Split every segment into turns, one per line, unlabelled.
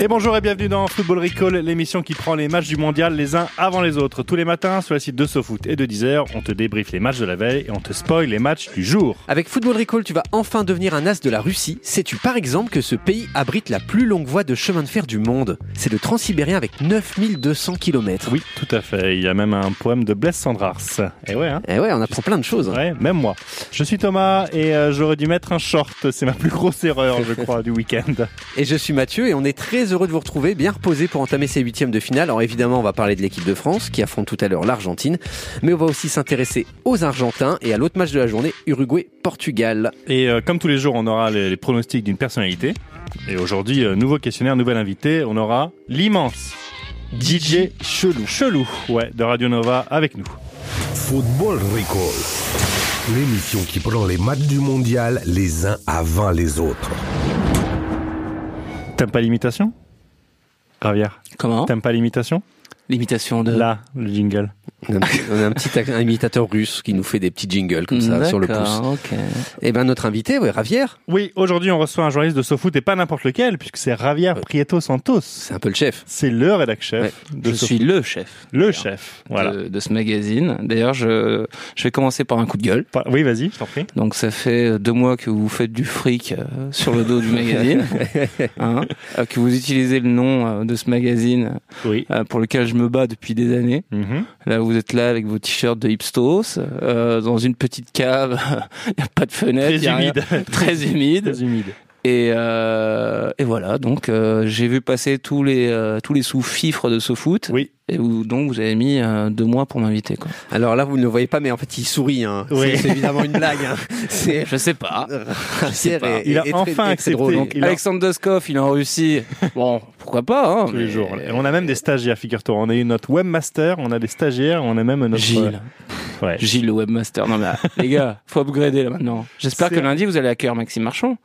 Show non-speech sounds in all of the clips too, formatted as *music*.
Et bonjour et bienvenue dans Football Recall, l'émission qui prend les matchs du mondial les uns avant les autres. Tous les matins sur le site de SoFoot et de Deezer, on te débriefe les matchs de la veille et on te spoil les matchs du jour.
Avec Football Recall, tu vas enfin devenir un as de la Russie. Sais-tu par exemple que ce pays abrite la plus longue voie de chemin de fer du monde C'est le Transsibérien avec 9200 km.
Oui, tout à fait. Il y a même un poème de Blaise Cendrars. Et ouais, hein
Eh ouais, on apprend plein de choses.
Ouais, même moi. Je suis Thomas et euh, j'aurais dû mettre un short. C'est ma plus grosse erreur, je crois, du week-end.
Et je suis Mathieu et on est très heureux de vous retrouver, bien reposé pour entamer ces huitièmes de finale. Alors évidemment, on va parler de l'équipe de France qui affronte tout à l'heure l'Argentine, mais on va aussi s'intéresser aux Argentins et à l'autre match de la journée, Uruguay-Portugal.
Et euh, comme tous les jours, on aura les, les pronostics d'une personnalité. Et aujourd'hui, euh, nouveau questionnaire, nouvel invité, on aura l'immense DJ Chelou. Chelou, ouais, de Radio Nova avec nous.
Football Recall. L'émission qui prend les matchs du mondial les uns avant les autres.
T'aimes pas l'imitation Ravière,
Comment
t'aimes pas l'imitation
L'imitation de...
Là, le jingle.
On a un petit- on a un petit ac- un imitateur russe qui nous fait des petits jingles comme ça sur le pouce.
D'accord, ok.
Et ben notre invité, ouais, Ravière,
Oui, aujourd'hui, on reçoit un journaliste de SoFoot et pas n'importe lequel, puisque c'est Javier Prieto Santos.
c'est un peu le chef.
C'est le rédac chef de
Je
SoFoot.
suis le Euh. chef
le chef. Voilà.
de, de ce magazine. D'ailleurs, je, je vais commencer par un coup de gueule.
Pas- Oui, vas-y, je t'en prie.
Donc ça fait euh, deux mois que vous faites du fric euh, sur le dos
*laughs*
du magazine, hein, euh, que vous utilisez le nom euh, de ce magazine
Oui.
euh, pour lequel je me bats depuis des années.
Mhm.
Là, vous êtes là avec vos t-shirts de hipstos, euh, dans une petite cave, *laughs* il n'y a pas de fenêtre,
Très
y a rien.
humide.
très humide.
*laughs* Très humide.
Et, euh, et voilà, donc euh, j'ai vu passer tous les euh, tous les sous-fifres de ce foot.
Oui.
Et vous, donc vous avez mis euh, deux mois pour m'inviter quoi.
Alors là, vous ne le voyez pas, mais en fait, il sourit. Hein.
Oui.
C'est- C'est évidemment une blague.
*laughs*
Hein. C'est
Je sais pas.
Ravière
pas.
est-
Il a
est très-
enfin
est très
accepté.
drôle, hein.
Euh, Il a-
Alexandre Doskov, il est en *laughs* Russie. Bon, pourquoi pas hein,
Tous les
mais-
jours. Et on a même des stagiaires, figure-toi. On a eu notre webmaster, on a des stagiaires, on a même notre.
Gilles,
Ouais.
Gilles le webmaster. *laughs* Non mais les gars, faut upgrader là maintenant. J'espère
C'est-
que lundi vous allez accueillir Maxime Marchand.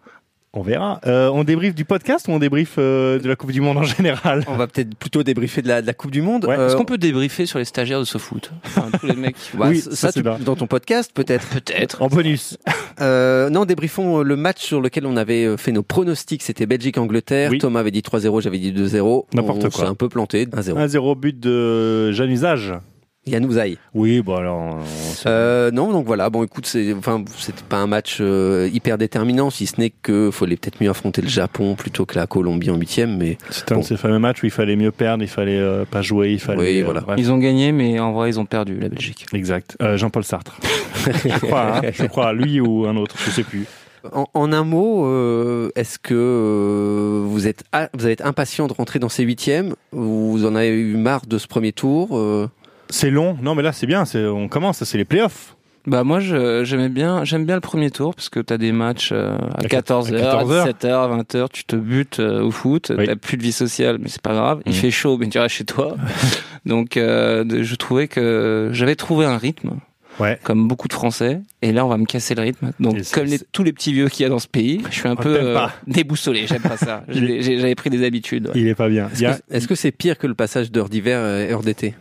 On verra. Euh, on débriefe du podcast ou on débriefe euh, de la Coupe du Monde en général
On va peut-être plutôt débriefer de la, de la Coupe du Monde.
Ouais.
Euh,
Est-ce qu'on peut débriefer sur les stagiaires de ce foot Enfin, tous les mecs. qui-
bah,
Oui,
ça,
ça,
tu-
c'est bien.
dans ton podcast peut-être.
*laughs*
Peut-être.
En bonus.
Euh, non, débriefons euh, le match sur lequel on avait euh, fait nos pronostics. C'était Belgique-Angleterre.
Oui.
Thomas avait dit 3-0, j'avais dit 2-0.
N'importe
On
quoi.
s'est un peu planté, 1-0.
1-0 but de Jeanne Usage.
Yannou Zaï.
Oui, bon alors. on- on-
Euh, non, donc voilà. Bon, écoute, c'est, enfin, c'était pas un match euh, hyper déterminant, si ce n'est que fallait peut-être mieux affronter le Japon plutôt que la Colombie en huitième, mais
C'était un
bon.
de ces fameux matchs où il fallait mieux perdre, il fallait euh, pas jouer, il fallait.
Oui, voilà.
bref.
Ils ont gagné, mais en vrai ils ont perdu la Belgique.
Exact. Euh, Jean-Paul Sartre. *laughs* je crois, hein. je crois, lui ou un autre, je sais plus.
En, en un mot, euh, est-ce que euh, vous êtes a- vous êtes impatient de rentrer dans ces huitièmes Vous en avez eu marre de ce premier tour euh,
C'est long. Non, mais là, c'est bien. c'est- On commence. C'est les playoffs.
Bah moi je- j'aimais bien j'aime bien le premier tour parce que t'as des matchs euh, à
À
14h,
14h.
17h, 20h, tu te butes euh, au foot,
Oui.
t'as plus de vie sociale mais c'est pas grave, il
Mhm.
fait chaud mais tu restes
*laughs*
chez toi. Donc euh, de- je trouvais que j'avais trouvé un rythme
Ouais.
comme beaucoup de Français et là on va me casser le rythme. Donc
Et c'est-
comme les-
c'est-
tous les petits vieux qu'il y a dans ce pays, je suis un
Ah,
peu
t'aimes
euh,
pas.
déboussolé, j'aime pas
*laughs*
ça. J'ai
Il-
des- j'ai- J'avais pris des habitudes. ouais.
Il est pas bien. Il
Est-ce
y, a,
que- est-ce que c'est pire que le passage d'heure d'hiver et heure d'été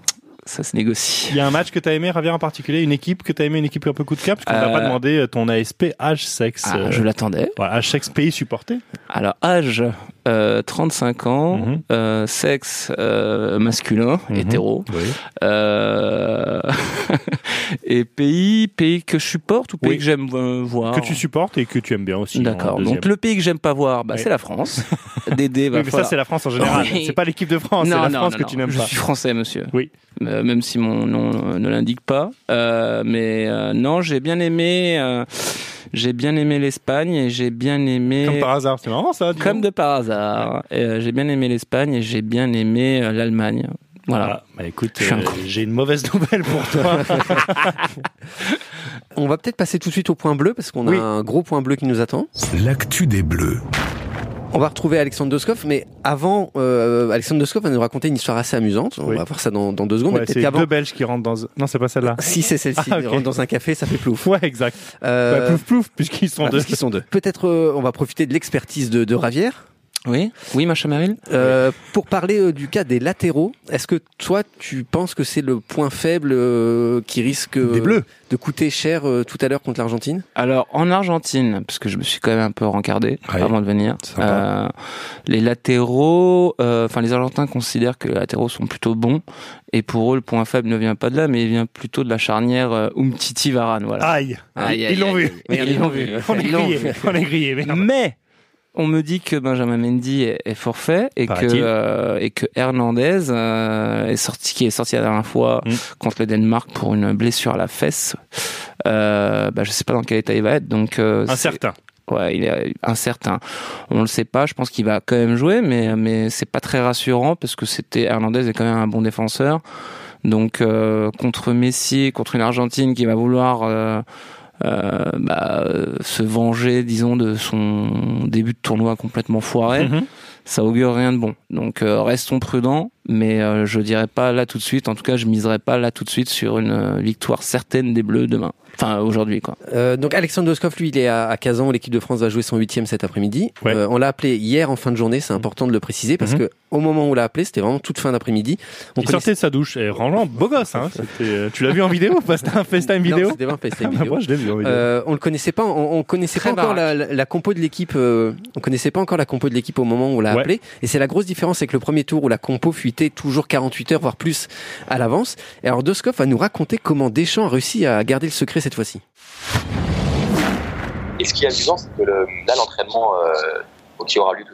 Ça se négocie.
il y a un match que t'as aimé, Ravier en particulier, une équipe que t'as aimé, une équipe un peu coup de cap, parce qu'on t'a
Euh,
pas demandé ton ASP, âge, sexe,
Ah,
euh,
je l'attendais.
voilà, âge, sexe, pays supporté.
Alors, âge, euh, 35 ans,
Mhm.
euh, sexe euh, masculin,
Mhm.
hétéro,
Oui.
euh, *laughs* et pays, pays que je supporte ou pays
Oui.
que j'aime euh, voir
Que tu supportes et que tu aimes bien aussi. en
D'accord,
deuxième.
donc le pays que j'aime pas voir, bah,
Oui.
c'est
*laughs*
la France. *laughs* Dédé,
Oui,
va
mais ça, c'est la France en général.
Oui.
C'est pas l'équipe de France, c'est la France que tu n'aimes
je
pas.
suis français, monsieur.
Oui.
Euh, même si mon nom euh, ne l'indique pas. Euh, mais euh, non, j'ai bien aimé, euh, j'ai bien aimé l'Espagne et j'ai bien aimé.
Comme par hasard, c'est marrant ça. dis
Comme
donc.
de par hasard. Et, euh, j'ai bien aimé l'Espagne et j'ai bien aimé euh, l'Allemagne. Voilà.
Ah, bah écoute,
Je suis un
euh,
con.
j'ai une mauvaise nouvelle pour *laughs* toi.
On va peut-être passer tout de suite au point bleu parce qu'on
Oui.
a un gros point bleu qui nous attend.
L'actu des Bleus.
On va retrouver Alexandre Doskov, mais avant, euh, Alexandre Doskov va nous raconter une histoire assez amusante. On
Oui.
va voir ça dans, dans deux secondes.
Ouais,
mais peut-être
c'est
qu'avant,
deux Belges qui rentrent dans. Non, c'est pas celle-là.
si c'est celle-ci,
Ah, ok.
rentre dans un café, ça fait
*laughs*
plouf.
Ouais, exact.
Euh,
Bah, plouf plouf, puisqu'ils sont
ah,
deux.
parce qu'ils sont deux. Peut-être euh, on va profiter de l'expertise de, de Ravière
Oui, oui, ma chamérille.
euh, pour parler euh, du cas des latéraux. Est-ce que toi, tu penses que c'est le point faible euh, qui risque euh,
Des bleus.
de coûter cher euh, tout à l'heure contre l'Argentine
Alors en Argentine, parce que je me suis quand même un peu rencardé
Ouais.
avant de venir,
Sympa.
euh, les latéraux, euh, enfin les Argentins considèrent que les latéraux sont plutôt bons et pour eux le point faible ne vient pas de là, mais il vient plutôt de la charnière euh, Umtiti Varane. Voilà.
Aïe. Ah, Ils l'ont vu.
aïe.
Ils l'ont vu.
*laughs* On est
Ils l'ont
grillé.
vu.
On est grillé. merde.
Mais on me dit que Benjamin Mendy est, est forfait et que
Paraît-il.
euh, et que Hernandez euh, est sorti qui est sorti la dernière fois
Mm.
contre le Danemark pour une blessure à la fesse. Euh, bah, je sais pas dans quel état il va être donc euh, c'est-
Incertain.
Ouais, il est incertain. On le sait pas. Je pense qu'il va quand même jouer, mais mais c'est pas très rassurant parce que c'était Hernandez est quand même un bon défenseur. Donc euh, contre Messi, contre une Argentine qui va vouloir euh, euh, bah, euh, se venger, disons, de son début de tournoi complètement foiré,
Mhm.
*laughs* ça augure rien de bon. Donc euh, restons prudents, mais euh, je dirais pas là tout de suite. En tout cas, je miserai pas là tout de suite sur une euh, victoire certaine des Bleus demain. Enfin aujourd'hui quoi.
Euh, donc Alexandre Doskov, lui, il est à, à Kazan. où L'équipe de France va jouer son huitième cet après-midi.
Ouais.
Euh, on l'a appelé hier en fin de journée. C'est important de le préciser parce
Mhm.
que au moment où on l'a appelé, c'était vraiment toute fin d'après-midi. On
Il sortait de sa douche et rangeant, beau gosse. Hein. C'était, euh, *laughs* Tu l'as vu en vidéo ou pas C'était un FaceTime
connaissait-
vidéo
Non,
*laughs*
c'était pas un FaceTime
Ah, bah,
vidéo.
Moi, je l'ai vu en vidéo.
Euh, on le connaissait pas, on, on connaissait
Très
pas encore la, la- la compo de l'équipe. euh, on connaissait pas encore la compo de l'équipe au moment où on l'a
Ouais.
appelé. Et c'est la grosse différence avec le premier tour où la compo fuitait toujours 48 heures voire plus à l'avance. Et alors Doskov va nous raconter comment Deschamps a réussi à garder le secret cette fois-ci.
Et ce qui est amusant, c'est que le- là, l'entraînement euh, qui aura lieu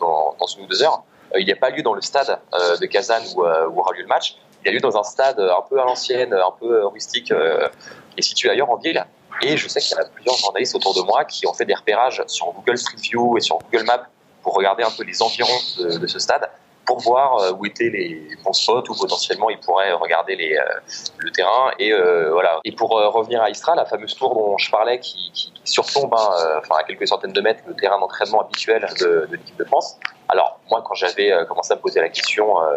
dans, dans une ou deux heures, euh, il n'a pas lieu dans le stade euh, de Kazan où, euh, où aura lieu le match. Il a lieu dans un stade euh, un peu à l'ancienne, un peu euh, rustique, euh, qui est situé ailleurs en ville. Et je sais qu'il y en a plusieurs journalistes autour de moi qui ont fait des repérages sur Google Street View et sur Google Maps pour regarder un peu les environs de, de ce stade pour voir euh, où étaient les bons spots où potentiellement ils pourraient regarder les, euh, le terrain et euh, voilà. Et pour euh, revenir à Istra, la fameuse tour dont je parlais qui, qui- qui surplombe hein, euh, enfin à quelques centaines de mètres le terrain d'entraînement habituel de, de l'équipe de France. Alors moi quand j'avais euh, commencé à me poser la question euh,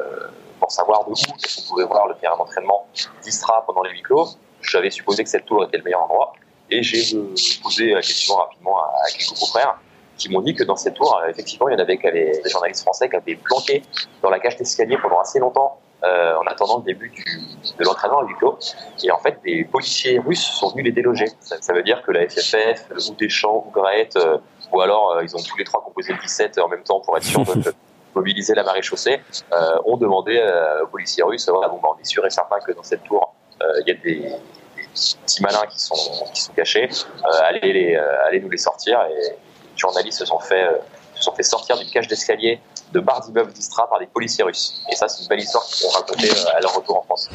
pour savoir de où est-ce qu'on pouvait voir le terrain d'entraînement d'Istra pendant les huis clos, j'avais supposé que cette tour était le meilleur endroit et j'ai euh, posé la question rapidement à, à quelques confrères qui m'ont dit que dans cette tour, euh, effectivement, il y en avait qui avaient- des journalistes français qui avaient planqué dans la cage d'escalier pendant assez longtemps euh, en attendant le début du, de l'entraînement à huis clos. Et en fait, des policiers russes sont venus les déloger. Ça, ça veut dire que la FFF, ou Deschamps, ou Graet, euh, ou alors euh, ils ont tous les trois composé le 17 en même temps pour être sûr de de mobiliser la marée chaussée, euh, ont demandé euh, aux policiers russes, voilà, bon, bah, on est sûr et certain que dans cette tour, euh, il y a des, des petits malins qui sont, qui sont cachés, euh, allez, les, euh, allez nous les sortir. Et les journalistes se sont fait, euh, se sont fait sortir d'une cage d'escalier de bar d'immeuble d'Istra par des policiers russes. Et ça, c'est une belle histoire qu'ils ont racontée euh, à leur retour en France.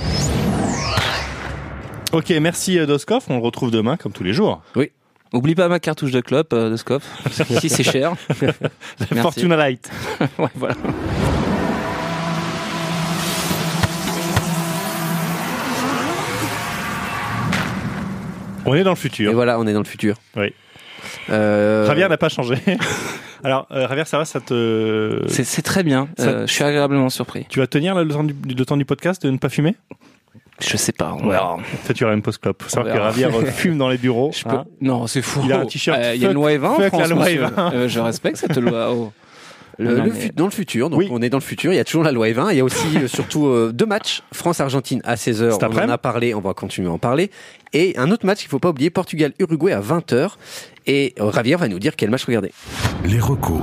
Ok, merci euh, Doskov. On le retrouve demain, comme tous les *laughs* jours.
Oublie pas ma cartouche de clope euh, de *laughs* scope. si c'est cher. Merci.
Fortuna Light.
ouais, voilà.
On est dans le
Et
futur.
voilà, on est dans le futur.
Oui.
Euh,
Javier n'a pas changé. *laughs* Alors, euh, Javier, ça va, ça te.
C'est, c'est très bien.
Ça-
Euh, je suis agréablement surpris.
Tu vas tenir là, le, temps du, le temps du podcast de ne pas fumer
Je sais pas. on
Ouais.
verra.
Ça, tu auras une post-clope. Faut savoir
On
que
verra.
Javier
*laughs*
euh, fume dans les bureaux.
Je
hein.
peux- Non, c'est fou.
Il a un t-shirt
Euh, Il y a
fuck-
une loi E20 en
fuck la
France,
loi
monsieur.
E20.
Euh, je respecte cette loi. Oh.
Le,
Non,
le
mais-
fu- dans le futur, donc
Oui.
on est dans le futur, il y a toujours la loi E20, il y a aussi euh, surtout euh, deux matchs, France-Argentine à 16h,
Cet
on en
après-midi.
a parlé, on va continuer à en parler, et un autre match qu'il faut pas oublier, Portugal-Uruguay à 20h, et euh, Javier va nous dire quel match regarder.
Les recos.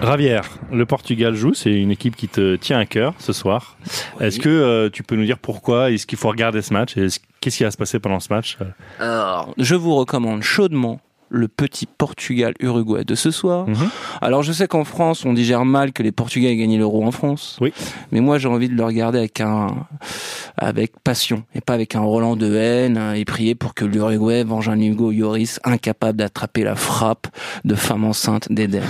Javier, le Portugal joue. C'est une équipe qui te tient à cœur ce soir. Est-ce que euh, tu peux nous dire pourquoi Est-ce qu'il faut regarder ce match Est-ce- Qu'est-ce qui va se passer pendant ce match
Alors, je vous recommande chaudement le petit Portugal-Uruguay de ce soir.
Mhm.
Alors, je sais qu'en France, on digère mal que les Portugais aient gagné l'euro en France.
Oui.
Mais moi, j'ai envie de le regarder avec un, avec passion et pas avec un Roland de haine hein, et prier pour que l'Uruguay venge un Hugo Lloris incapable d'attraper la frappe de femme enceinte d'Eden.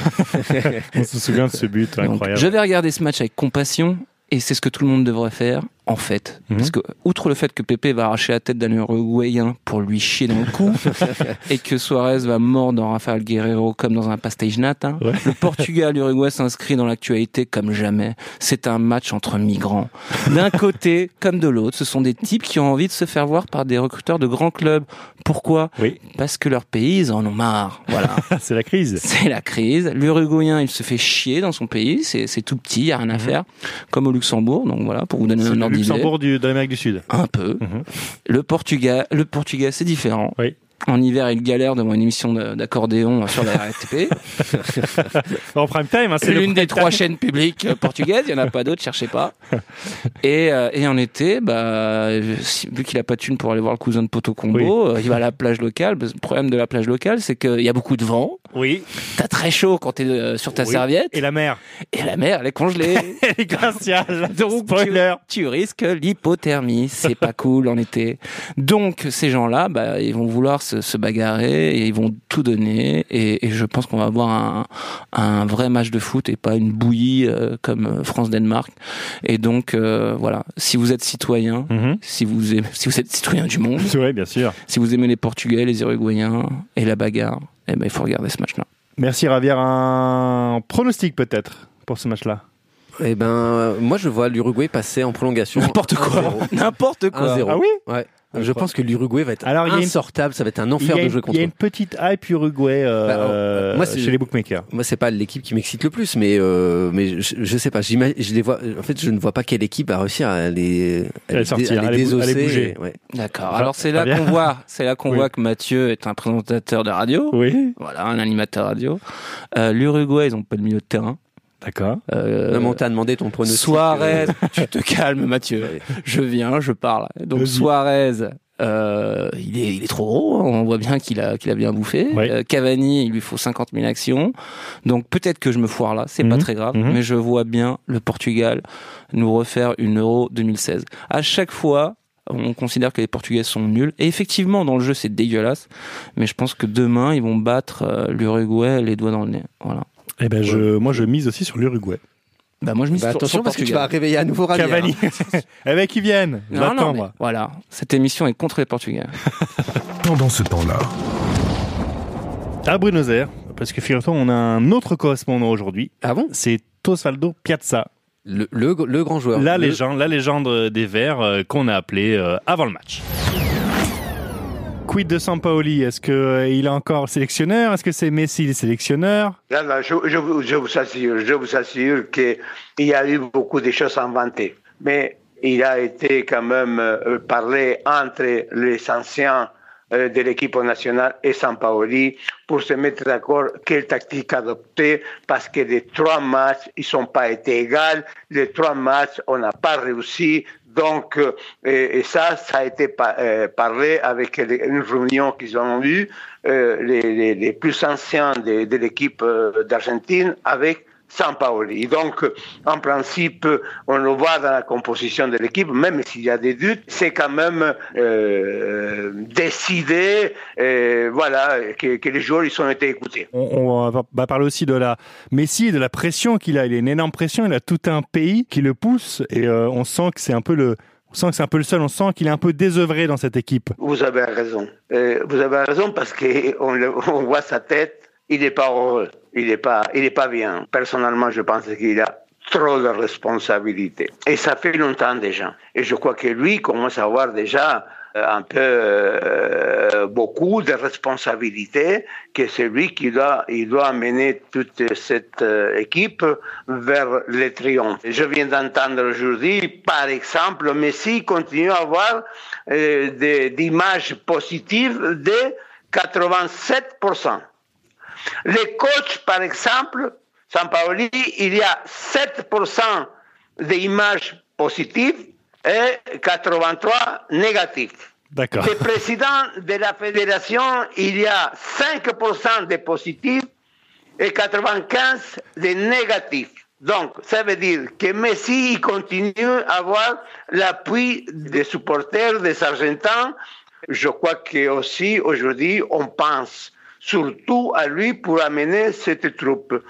On se souvient de ce but
*laughs* Donc,
incroyable.
je vais regarder ce match avec compassion et c'est ce que tout le monde devrait faire. en fait.
Mhm.
Parce que, outre le fait que Pepe va arracher la tête d'un Uruguayen pour lui chier dans le cou,
*laughs*
et que Suarez va mordre dans Rafael Guerrero comme dans un pastage nat, hein,
Ouais.
le Portugal-Uruguay s'inscrit dans l'actualité comme jamais. C'est un match entre migrants.
*laughs*
D'un côté comme de l'autre, ce sont des types qui ont envie de se faire voir par des recruteurs de grands clubs. Pourquoi
Oui. *laughs*
Parce que leurs pays, ils en ont marre. Voilà.
c'est la crise.
C'est la crise. L'Uruguayen, il se fait chier dans son pays. C'est c'est tout petit, il n'y a rien à faire. Comme au Luxembourg, donc voilà, pour vous donner
Mhm. C'est
un
le
ordre d'idée.
Luxembourg du, de l'Amérique du Sud.
Un peu.
Mhm.
Le Portugal, le Portugal, c'est différent.
Oui.
En hiver, il galère devant une émission de- d'accordéon euh, sur
*laughs*
la RTP.
En prime time, hein,
C'est
c'est le
l'une des trois chaînes publiques euh, portugaises. Il n'y en a pas d'autres, cherchez pas.
*laughs*
Et, euh, et en été, bah, si- vu qu'il a pas de thune pour aller voir le cousin de Poto Combo, euh, il va à la plage locale. Le problème de la plage locale, c'est qu'il y a beaucoup de vent.
Oui.
T'as très chaud quand t'es euh, sur ta
Oui.
serviette.
Et la *laughs* mer.
Et la mer, elle est *laughs* congelée.
Elle est glaciale.
Donc,
Spoiler.
tu risques l'hypothermie. C'est pas cool en été. Donc, ces gens-là, bah, ils vont vouloir se, se bagarrer et ils vont tout donner. Et, et je pense qu'on va avoir un, un vrai match de foot et pas une bouillie euh, comme euh, France-Danemark. Et donc, euh, voilà. Si vous êtes citoyen,
Mhm.
si vous, aimez- si vous êtes citoyen du monde,
Oui, bien sûr.
si vous aimez les Portugais, les Uruguayens et la bagarre, eh ben, il faut regarder ce match-là.
Merci Ravière. Un pronostic peut-être pour ce match-là.
Eh ben, euh, moi je vois l'Uruguay passer en prolongation.
N'importe quoi.
1-0.
N'importe quoi.
1-0.
*laughs* Ah oui
Ouais. Je pense que l'Uruguay va être
Alors, il y a une-
insortable, ça va être un
Il y,
enfer
a
de
une,
jouer
il
contre
y a
eux.
une petite hype Uruguay euh,
Bah, euh, moi, c'est-
chez les bookmakers.
Moi, c'est pas l'équipe qui m'excite le plus, mais euh, mais je, je sais pas. j'imagine- Je les vois. En fait, je ne vois pas quelle équipe va réussir à les
À les sortir, à les bou- à les
désosser.
bouger.
Ouais.
D'accord.
Enfin,
Alors c'est là
Fabien.
qu'on voit, c'est là qu'on
Oui.
voit que Mathieu est un présentateur de radio.
Oui.
Voilà, un animateur radio. Euh, L'Uruguay, ils ont pas de milieu de terrain.
D'accord.
Euh,
Non, mais on t'a demandé ton pronostic.
Suarez,
euh,
*laughs* tu te calmes, Mathieu. Je viens, je parle. Donc
Vas-y.
Suarez, euh, il est, il est trop gros. hein. On voit bien qu'il a, qu'il a bien bouffé.
Ouais.
Euh, Cavani, il lui faut 50 000 actions. Donc peut-être que je me foire là. C'est pas
Mhm.
très grave,
Mhm.
mais je vois bien le Portugal nous refaire une Euro 2016. À chaque fois. On considère que les Portugais sont nuls. Et effectivement, dans le jeu, c'est dégueulasse. Mais je pense que demain, ils vont battre euh, l'Uruguay les doigts dans le nez. Voilà.
Eh ben, je, moi, je mise aussi sur l'Uruguay.
Bah, moi, je mise
bah,
sur- sur
attention parce que tu
Portugal.
vas réveiller à nouveau hein. Ravier, *laughs*
Cavani. eh ben, qu'ils viennent. Je
Non, non,
l'attends,
mais
moi.
voilà. Cette émission est contre les Portugais.
Pendant ce temps-là,
À Buenos Aires, parce que figure-toi, on a un autre correspondant aujourd'hui.
hein. Ah bon
C'est Tosaldo Piazza,
le, le le grand joueur.
la
Le-
légende, la légende des Verts euh, qu'on a appelé euh, avant le match. Quid de Sampaoli Est-ce que euh, il est encore sélectionneur Est-ce que c'est Messi le sélectionneur
Non, non, je, je vous- je vous assure, je vous assure qu'il y a eu beaucoup de choses inventées, mais il a été quand même euh, parlé entre les anciens euh, de l'équipe nationale et Sampaoli pour se mettre d'accord quelle tactique adopter parce que les trois matchs ils n'ont pas été égaux, les trois matchs on n'a pas réussi donc euh, et, et ça ça a été pa- euh, parlé avec les- une réunion qu'ils ont eue euh, les, les- les plus anciens de, de l'équipe euh, d'Argentine avec Sampaoli. Donc, euh, en principe, euh, on le voit dans la composition de l'équipe, même s'il y a des doutes, c'est quand même euh, décidé, euh, voilà, que, que les joueurs ils ont été écoutés.
On, on va- va parler aussi de la Messi, et de la pression qu'il a. Il a une énorme pression. Il a tout un pays qui le pousse et euh, on sent que c'est un peu le, on sent que c'est un peu le seul. On sent qu'il est un peu désœuvré dans cette équipe.
Vous avez raison. Euh, vous avez raison parce que *laughs* on, le- on voit sa tête, il n'est pas heureux, il n'est pas, il est pas bien. Personnellement, je pense qu'il a trop de responsabilités. Et ça fait longtemps déjà. Et je crois que lui commence à avoir déjà euh, un peu euh, beaucoup de responsabilités que c'est lui qui doit, il doit amener toute cette euh, équipe vers le triomphe. Je viens d'entendre aujourd'hui, par exemple, Messi continue à avoir euh, des- d'images positives de 87%. Les coachs, par exemple, Sampaoli, il y a 7% d'images positives et 83 négatives.
D'accord.
Le président de la fédération, il y a 5% de positifs et 95% de négatifs. Donc, ça veut dire que Messi il continue à avoir l'appui des supporters des Argentins. Je crois que aussi aujourd'hui, on pense surtout à lui pour amener cette troupe.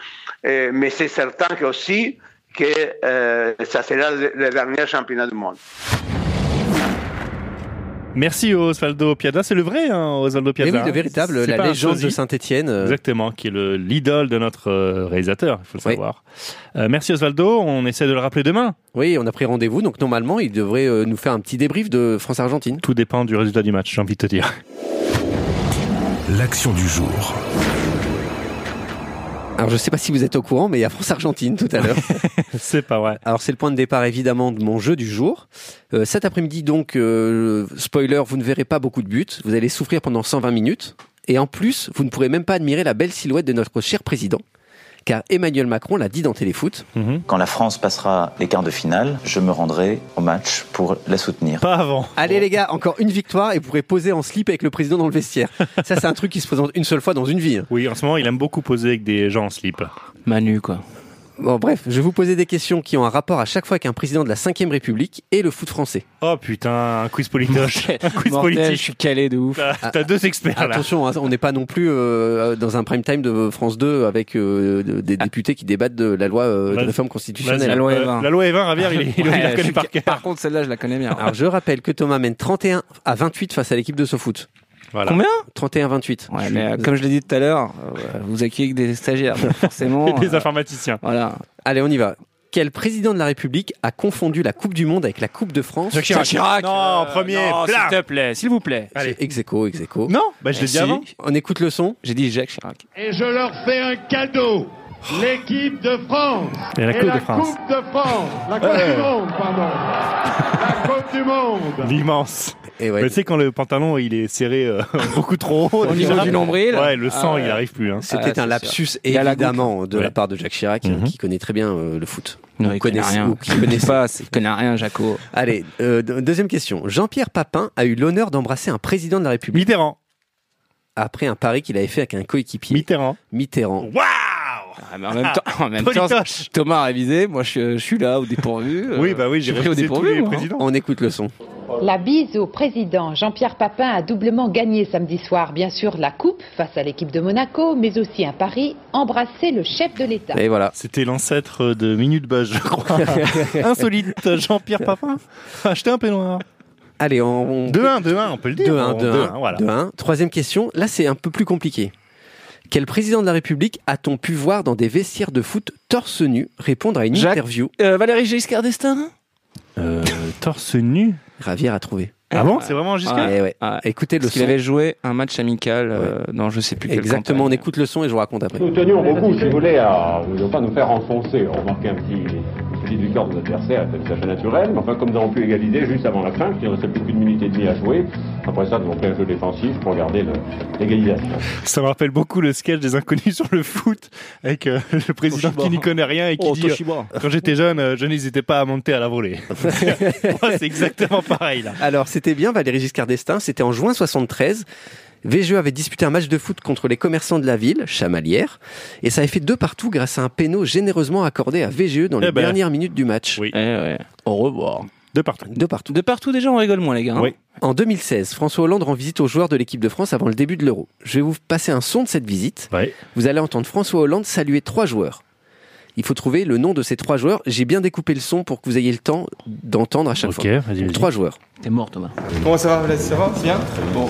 Euh, mais c'est certain que aussi que euh, ça sera le, le dernier championnat du monde.
*laughs* Merci Osvaldo Piazza, c'est le vrai hein, Osvaldo
Mais
Piazza.
oui,
hein.
le véritable,
C'est
la
pas un
légende
sosie.
de Saint-Étienne. euh,
Exactement, qui est le- l'idole de notre euh, réalisateur, il faut le
Oui.
savoir. Euh, merci Osvaldo, on essaie de le rappeler demain.
Oui, on a pris rendez-vous, donc normalement, il devrait euh, nous faire un petit débrief de France-Argentine.
Tout dépend du résultat du match, j'ai envie de te dire.
L'action du jour.
Alors, je sais pas si vous êtes au courant, mais il y a France-Argentine tout à
*laughs*
l'heure.
c'est pas vrai.
Alors, *laughs* c'est le point de départ, évidemment, de mon jeu du jour. Euh, cet après-midi, donc, euh, spoiler, vous ne verrez pas beaucoup de buts. Vous allez souffrir pendant 120 minutes. Et en plus, vous ne pourrez même pas admirer la belle silhouette de notre cher président. Car Emmanuel Macron l'a dit dans Téléfoot.
Mhm.
Quand la France passera les quarts de finale, je me rendrai au match pour la soutenir.
Pas avant.
Allez les gars, encore une victoire et vous pourrez poser en slip avec le président dans
*laughs*
le vestiaire. Ça, c'est un truc qui se présente une seule fois dans une vie. hein.
Oui, en ce moment, il aime beaucoup poser avec des gens en slip.
Manu, quoi.
Bon, bref, je vais vous poser des questions qui ont un rapport à chaque fois avec un président de la Ve République et le foot français.
Oh putain, un quiz
*laughs*
politoche. un quiz
*laughs* Mortel, je
politique.
suis calé de ouf.
T'as t'as deux experts Ah là.
Attention, hein, on n'est pas non plus euh, dans un prime time de France 2 avec euh, de- des députés qui débattent de la loi euh, de
Ah. Vas-y.
réforme
Vas-y,
constitutionnelle.
la loi
euh,
Evin.
La loi Evin, Ravière, il, est- il,
Ouais,
la
je
connaît
suis
par
ca-
cœur.
contre, celle-là, Ah, je la connais bien.
Alors je rappelle que Thomas mène 31 à 28 face à l'équipe de SoFoot.
Voilà.
Combien
31-28.
Ouais, mais euh, comme je l'ai dit tout à l'heure, euh, vous accueillez que des stagiaires, *laughs* donc forcément.
Et des
euh,
informaticiens.
voilà.
Allez, on y va. Quel président de la République a confondu la Coupe du Monde avec la Coupe de France
Non, en premier,
Euh, non,
plein.
s'il te plaît, s'il vous plaît.
Allez.
Ex aequo, ex aequo.
Non, bah je l'ai dit
Si.
avant.
On écoute le son.
J'ai dit Jacques Chirac.
Et je leur fais un cadeau. L'équipe de France.
Et la Coupe de France.
Coupe de France. La Coupe du Monde, pardon. La Coupe du
Bah.
Monde.
L'immense.
Et ouais.
Mais tu sais, quand le pantalon il est serré euh, *laughs* beaucoup trop haut,
Au niveau
déjà,
du nombril.
Ouais, le sang
Ah,
il
ouais.
arrive plus. Hein.
Ah,
C'était
c'est
un
sûr.
lapsus
Il y a la
évidemment de
Ouais.
la part de Jacques Chirac, euh,
Mhm.
qui connaît très bien euh, le foot.
Non, il
Vous
connaît
connaissez-
rien.
ou qui
Il connaît
connaissez.
pas, il connaît rien, Jaco.
Allez, euh, de- deuxième question. Jean-Pierre Papin a eu l'honneur d'embrasser un président de la République
Mitterrand.
après un pari qu'il avait fait avec un coéquipier,
Mitterrand.
Mitterrand.
Waouh
Ah, mais en même temps, en même temps
Politoche
Thomas a révisé, moi je, suis- je suis là au dépourvu. euh,
Oui, bah oui, j'ai
je suis pris au
révisé tous
dépourvu.
les
moi. hein.
présidents.
On écoute le son.
La bise au président. Jean-Pierre Papin a doublement gagné samedi soir, bien sûr, la coupe face à l'équipe de Monaco, mais aussi un pari, embrasser le chef de l'État.
Et
*laughs*
voilà.
C'était l'ancêtre euh, de Minute Buzz, je crois. Insolite, euh, Jean-Pierre Papin. Acheter un peignoir.
Allez, on...
2-1, 2-1, on peut le dire.
2-1, 2-1,
2-1, voilà.
2-1. Troisième question. Là, c'est un peu plus compliqué. Quel président de la République a-t-on pu voir dans des vestiaires de foot torse nu répondre à une
Jacques-
interview
Euh, Valérie Giscard d'Estaing
Euh, torse nu.
Ravière a trouvé.
Ah bon C'est vraiment Giscard
Eh ouais.
Ah,
Écoutez le
Parce
son.
qu'il avait joué un match amical euh, dans je sais plus quelle
Exactement, on
campagne.
écoute le son et je vous raconte après.
Nous tenions beaucoup, si vous voulez, à ne pas nous faire enfoncer. Remarquez un petit petit du corps de l'adversaire, c'est tout à fait naturel. Mais enfin, comme nous avons pu égaliser juste avant la fin, il ne restait plus qu'une minute et demie à jouer. Après ça, nous avons fait un jeu défensif pour garder le- l'égalisation.
Ça me rappelle beaucoup le sketch des inconnus sur le foot avec euh, le président qui n'y connaît rien et qui
Oh,
dit euh, Quand j'étais jeune, euh, je n'hésitais pas à monter à la
*laughs*
volée. Moi, c'est exactement pareil là.
Alors, c'était bien Valérie Giscard d'Estaing, c'était en juin 73. VGE avait disputé un match de foot contre les commerçants de la ville, Chamalières, et ça avait fait deux partout grâce à un péno généreusement accordé à VGE dans les
Eh ben.
dernières minutes du match.
Oui.
Eh ouais. Au revoir.
De partout.
Deux partout.
De partout déjà on rigole moins les gars. hein.
Oui.
En 2016, François Hollande rend visite aux joueurs de l'équipe de France avant le début de l'Euro. Je vais vous passer un son de cette visite.
Ouais.
Vous allez entendre François Hollande saluer trois joueurs. Il faut trouver le nom de ces trois joueurs. J'ai bien découpé le son pour que vous ayez le temps d'entendre à chaque
Ok,
fois.
vas-y,
Donc,
vas-y.
Trois joueurs.
T'es mort Thomas.
Comment ça va, Ça va Bien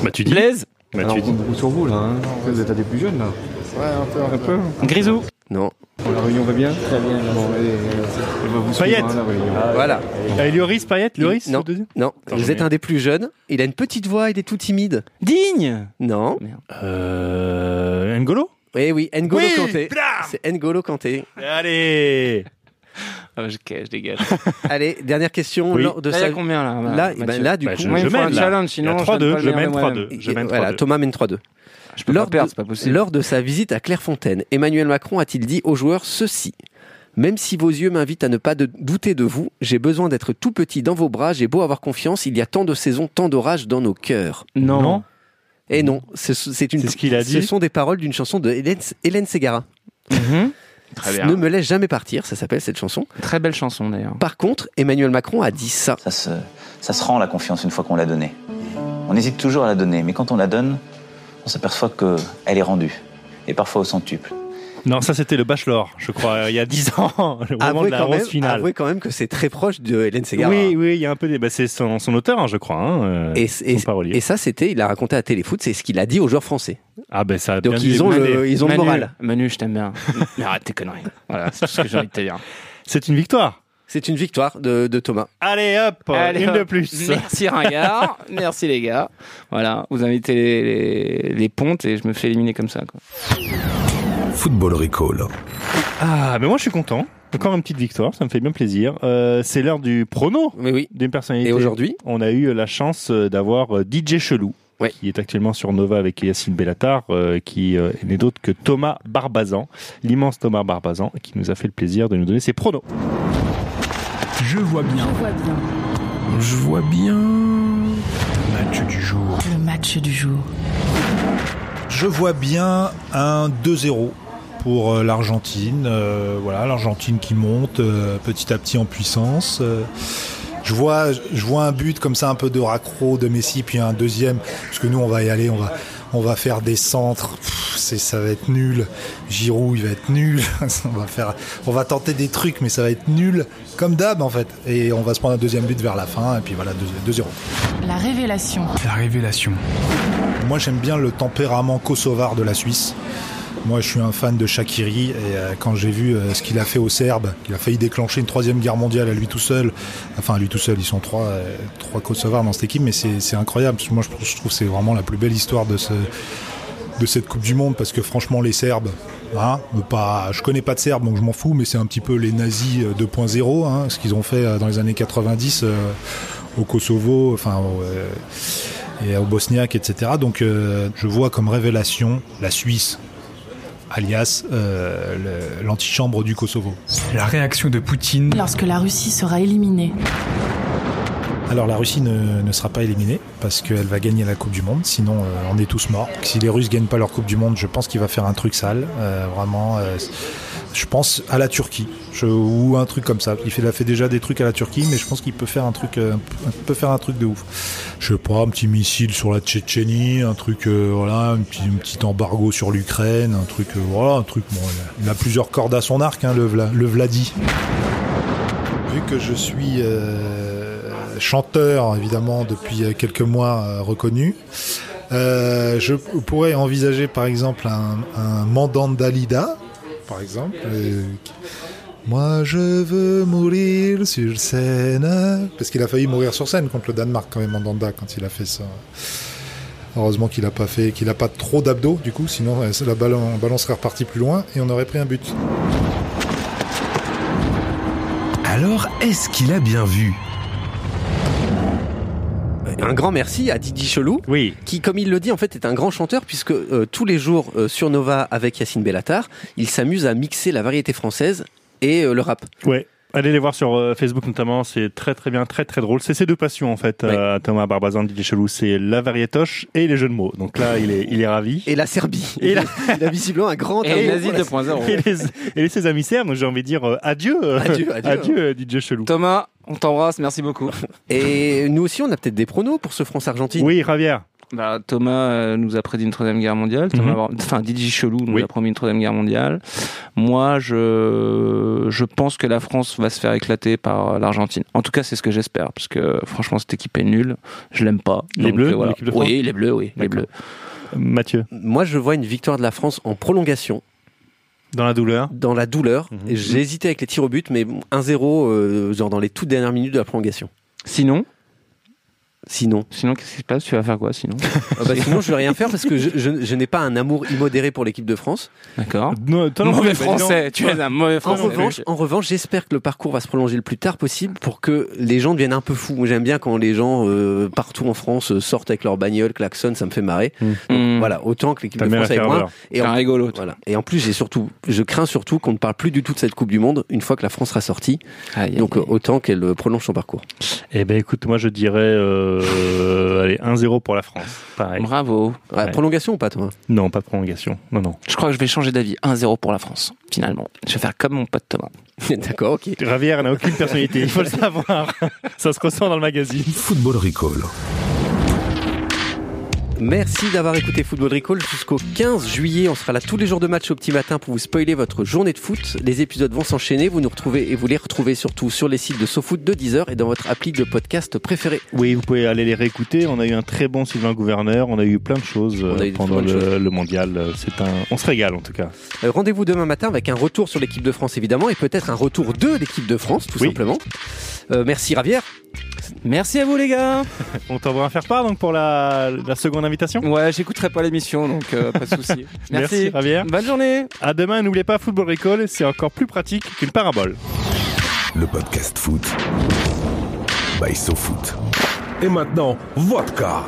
Bah, tu dis.
Blaise,
Bah, tu dis.
beaucoup sur vous, là. hein. Vous êtes à des plus jeunes, là. Ouais, un peu. Un peu.
Grisou,
Non.
La réunion va bien Très bien. Bon, allez, elle va vous
Payet.
suivre, hein, la réunion.
Voilà.
Euh, Lloris, Payet, Lloris
Non.
le deuxième
Non.
Attends,
vous
j'en ai
êtes un des plus jeunes. Il a une petite voix. Il est tout timide.
digne.
Non.
Euh. N'Golo
Eh oui, N'Golo
Oui,
Kanté.
blam
C'est N'Golo Kanté.
Allez
Ah, je, je *laughs* dégage.
Allez, dernière question.
Oui.
Lors de
Là, il y
sa-
a combien là
Là, eh ben,
Mathieu
là, du
Bah,
coup,
je,
Moi, il
je
me faut
mène
un
là.
challenge,
Il y a
sinon je
3-2,
donne pas le
je mène
meilleur de
3-2. Je mène
voilà,
3-2.
Thomas mène 3-2.
Je peux
Lors
pas perdre,
de-
c'est pas possible.
Lors de sa visite à Clairefontaine, Emmanuel Macron a-t-il dit aux joueurs ceci Même si vos yeux m'invitent à ne pas de- douter de vous, j'ai besoin d'être tout petit dans vos bras, j'ai beau avoir confiance, il y a tant de saisons, tant d'orages dans nos cœurs.
Non.
Et non, c'est- c'est une.
Mm. C'est ce qu'il a dit.
Ce sont des paroles d'une chanson de Hélène, Hélène Ségara.
Mhm. Très
Ne
bien.
me laisse jamais partir, ça s'appelle cette chanson.
Très belle chanson d'ailleurs.
Par contre, Emmanuel Macron a dit ça.
Ça se, ça se rend la confiance une fois qu'on l'a donnée. On hésite toujours à la donner, mais quand on la donne, on s'aperçoit qu'elle est rendue, et parfois au centuple.
Non, ça c'était le Bachelor, je crois, euh, il y a 10 ans, *laughs* le moment
Avouez
de la
quand, même,
rose finale.
avouez quand même que c'est très proche de Hélène Segarra.
Oui, oui, il y a un peu des. bah, c'est son, son auteur, hein, je crois. hein, euh,
hein. Et,
son
et-
parolier.
et ça, c'était, il a raconté à Téléfoot, c'est ce qu'il a dit aux joueurs français.
Ah ben ça a
Donc
bien dû
ils ont,
les
le,
blender.
ils ont le
Manu,
moral.
Manu, je t'aime bien. *laughs* Mais arrête tes conneries. Voilà, c'est tout ce que j'ai envie de te dire.
C'est une victoire.
C'est une victoire de, de Thomas.
Allez hop, euh,
Allez,
une
hop.
de plus.
Merci Ringard, merci les gars. Voilà, vous invitez les, les- les pontes et je me fais éliminer comme ça. Quoi.
Football Recall.
Ah, mais moi je suis content. Encore une petite victoire, ça me fait bien plaisir. Euh, c'est l'heure du prono
Mais oui.
d'une personnalité.
Et aujourd'hui
on a eu la chance euh, d'avoir euh, DJ Chelou,
Ouais.
qui est actuellement sur Nova avec Yacine Bellatar, euh, qui euh, n'est d'autre que Thomas Barbazan, l'immense Thomas Barbazan, qui nous a fait le plaisir de nous donner ses pronos.
Je vois bien. Je vois bien. Match du jour.
Le match du jour.
Je vois bien un 2-0 pour euh, l'Argentine. Euh, voilà, l'Argentine qui monte euh, petit à petit en puissance. Euh, je vois, je vois un but comme ça, un peu de raccro de Messi, puis un deuxième, parce que nous on va y aller, on va, on va faire des centres. Pff, c'est, ça va être nul. Giroud, il va être nul. *laughs* on va faire, on va tenter des trucs, mais ça va être nul comme d'hab en fait. Et on va se prendre un deuxième but vers la fin, et puis voilà, 2 2-0.
La révélation.
La révélation. Moi, j'aime bien le tempérament kosovar de la Suisse. Moi, je suis un fan de Shakiri et euh, quand j'ai vu euh, ce qu'il a fait aux Serbes, qu'il a failli déclencher une troisième guerre mondiale à lui tout seul, enfin à lui tout seul, ils sont trois, euh, trois Kosovars dans cette équipe, mais c'est c'est incroyable. Parce que Moi, je trouve, je trouve que c'est vraiment la plus belle histoire de, ce, de cette Coupe du Monde parce que franchement, les Serbes, hein, pas, je connais pas de Serbes donc je m'en fous, mais c'est un petit peu les nazis euh, 2.0, hein, ce qu'ils ont fait euh, dans les années 90 euh, au Kosovo, enfin. au, euh, et au Bosniaque, etc. Donc euh, je vois comme révélation la Suisse, alias euh, le- l'antichambre du Kosovo. La réaction de Poutine.
Lorsque la Russie sera éliminée.
Alors la Russie ne, ne sera pas éliminée parce qu'elle va gagner la Coupe du Monde, sinon euh, on est tous morts. Si les Russes gagnent pas leur Coupe du Monde, je pense qu'il va faire un truc sale, euh, vraiment. euh, je pense à la Turquie je- ou un truc comme ça. Il fait, il a fait déjà des trucs à la Turquie, mais je pense qu'il peut faire un truc, euh, peut faire un truc de ouf. Je sais pas, un petit missile sur la Tchétchénie, un truc, euh, voilà, un petit, un petit embargo sur l'Ukraine, un truc, euh, voilà, un truc. Bon, il a plusieurs cordes à son arc, hein, le, Vla- le Vladi. Vu que je suis euh, chanteur, évidemment, depuis euh, quelques mois euh, reconnu, euh, je pourrais envisager, par exemple, un, un Mandandalida, par exemple. euh, qui- Moi, je veux mourir sur scène. Parce qu'il a failli mourir sur scène contre le Danemark, quand même, Mandanda, quand il a fait ça. Heureusement qu'il n'a pas fait, qu'il n'a pas trop d'abdos, du coup, sinon euh, la ballon, ballon serait repartie plus loin et on aurait pris un but.
Alors, est-ce qu'il a bien vu
Un grand merci à Didi Chelou,
Oui.
qui, comme il le dit, en fait, est un grand chanteur, puisque euh, tous les jours euh, sur Nova avec Yacine Bellatar, il s'amuse à mixer la variété française et euh, le rap.
Ouais. Allez les voir sur euh, Facebook notamment, c'est très très bien, très très drôle. C'est ses deux passions en fait, euh, Thomas Barbazan, Didier Chelou, c'est la variétoche et les jeux de mots. Donc là, il est, il est ravi.
Et la Serbie.
Et la-
*laughs* Il a visiblement un grand
Et les
amour
nazis
pour la- *laughs*
*laughs*
2.0.
Et, les- et les- ses amis serbes, donc j'ai envie de dire euh, adieu, euh,
Adieu, adieu.
euh, Didier Chelou.
Thomas, on t'embrasse,
*laughs*
merci beaucoup.
Et nous aussi, on a peut-être des pronos pour ce France-Argentine.
Oui, Javier.
Bah, Thomas euh, nous a prédit une troisième guerre mondiale. Thomas
Mhm.
Bar- Enfin, DJ Chelou nous
Oui.
a promis une troisième guerre mondiale. Moi, je, je pense que la France va se faire éclater par euh, l'Argentine. En tout cas, c'est ce que j'espère, parce que franchement, cette équipe est nulle. Je l'aime pas.
Les
Donc,
Bleus,
euh, voilà.
l'équipe de France
Oui, les bleus, oui, les
D'accord.
bleus.
Mathieu.
Moi, je vois une victoire de la France en prolongation,
Dans la douleur.
dans la douleur.
Mhm.
Et J'ai hésité avec les tirs au but, mais bon, 1-0, euh, genre dans les toutes dernières minutes de la prolongation.
Sinon,
Sinon,
sinon, qu'est-ce qui se passe Tu vas faire quoi sinon
Ah bah *laughs* sinon je vais rien faire parce que je, je- je n'ai pas un amour immodéré pour l'équipe de France.
D'accord.
Non, toi non plus,
Mauvais
bah, dis donc.
français. Tu es un mauvais
En
français.
revanche, en revanche, j'espère que le parcours va se prolonger le plus tard possible pour que les gens deviennent un peu fous. Moi, J'aime bien quand les gens euh, partout en France euh, sortent avec leur bagnole, klaxonnent, ça me fait marrer.
Mmh.
Voilà, autant que l'équipe
T'as
de
bien la
France avec moi.
ferveur.
Et
un
en,
rigolo. toi.
voilà. Et en plus, j'ai surtout, je crains surtout qu'on ne parle plus du tout de cette Coupe du Monde une fois que la France sera sortie.
Aïe, aïe,
Donc
aïe.
euh, autant qu'elle euh, prolonge son parcours.
Eh ben écoute, moi je dirais euh, allez 1-0 pour la France. Pareil.
Bravo.
Ah,
Ouais.
Prolongation ou pas, Thomas
Non, pas de prolongation. Non non.
Je crois que je vais changer d'avis. 1-0 pour la France, finalement. Je vais faire comme mon pote Thomas.
*laughs* D'accord, ok.
Javier n'a aucune personnalité, il faut le savoir. Ça se ressent dans le magazine.
Football Recall.
Merci d'avoir écouté Football Recall jusqu'au 15 juillet. On sera là tous les jours de match au petit matin pour vous spoiler votre journée de foot. Les épisodes vont s'enchaîner. Vous nous retrouvez et vous les retrouvez surtout sur les sites de SoFoot de 10h et dans votre appli de podcast préféré.
Oui, vous pouvez aller les réécouter. On a eu un très bon Sylvain Gouverneur. On a eu plein de choses
On a eu
euh,
de
pendant
bonnes
le,
choses.
le mondial. C'est un, on se régale en tout cas.
Euh, Rendez-vous demain matin avec un retour sur l'équipe de France évidemment et peut-être un retour de l'équipe de France tout simplement. Euh, merci Ravière.
Merci à vous les gars.
On t'envoie un faire part donc pour la, la seconde invitation.
Ouais, j'écouterai pas l'émission donc euh, pas de souci.
Merci,
*laughs* Merci.
Javier.
Bonne journée.
À demain. N'oubliez pas Football Recall. C'est encore plus pratique qu'une parabole.
Le podcast foot by SoFoot. Et maintenant, vodka.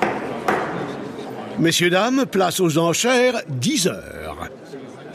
Messieurs, dames, place aux enchères, 10 heures.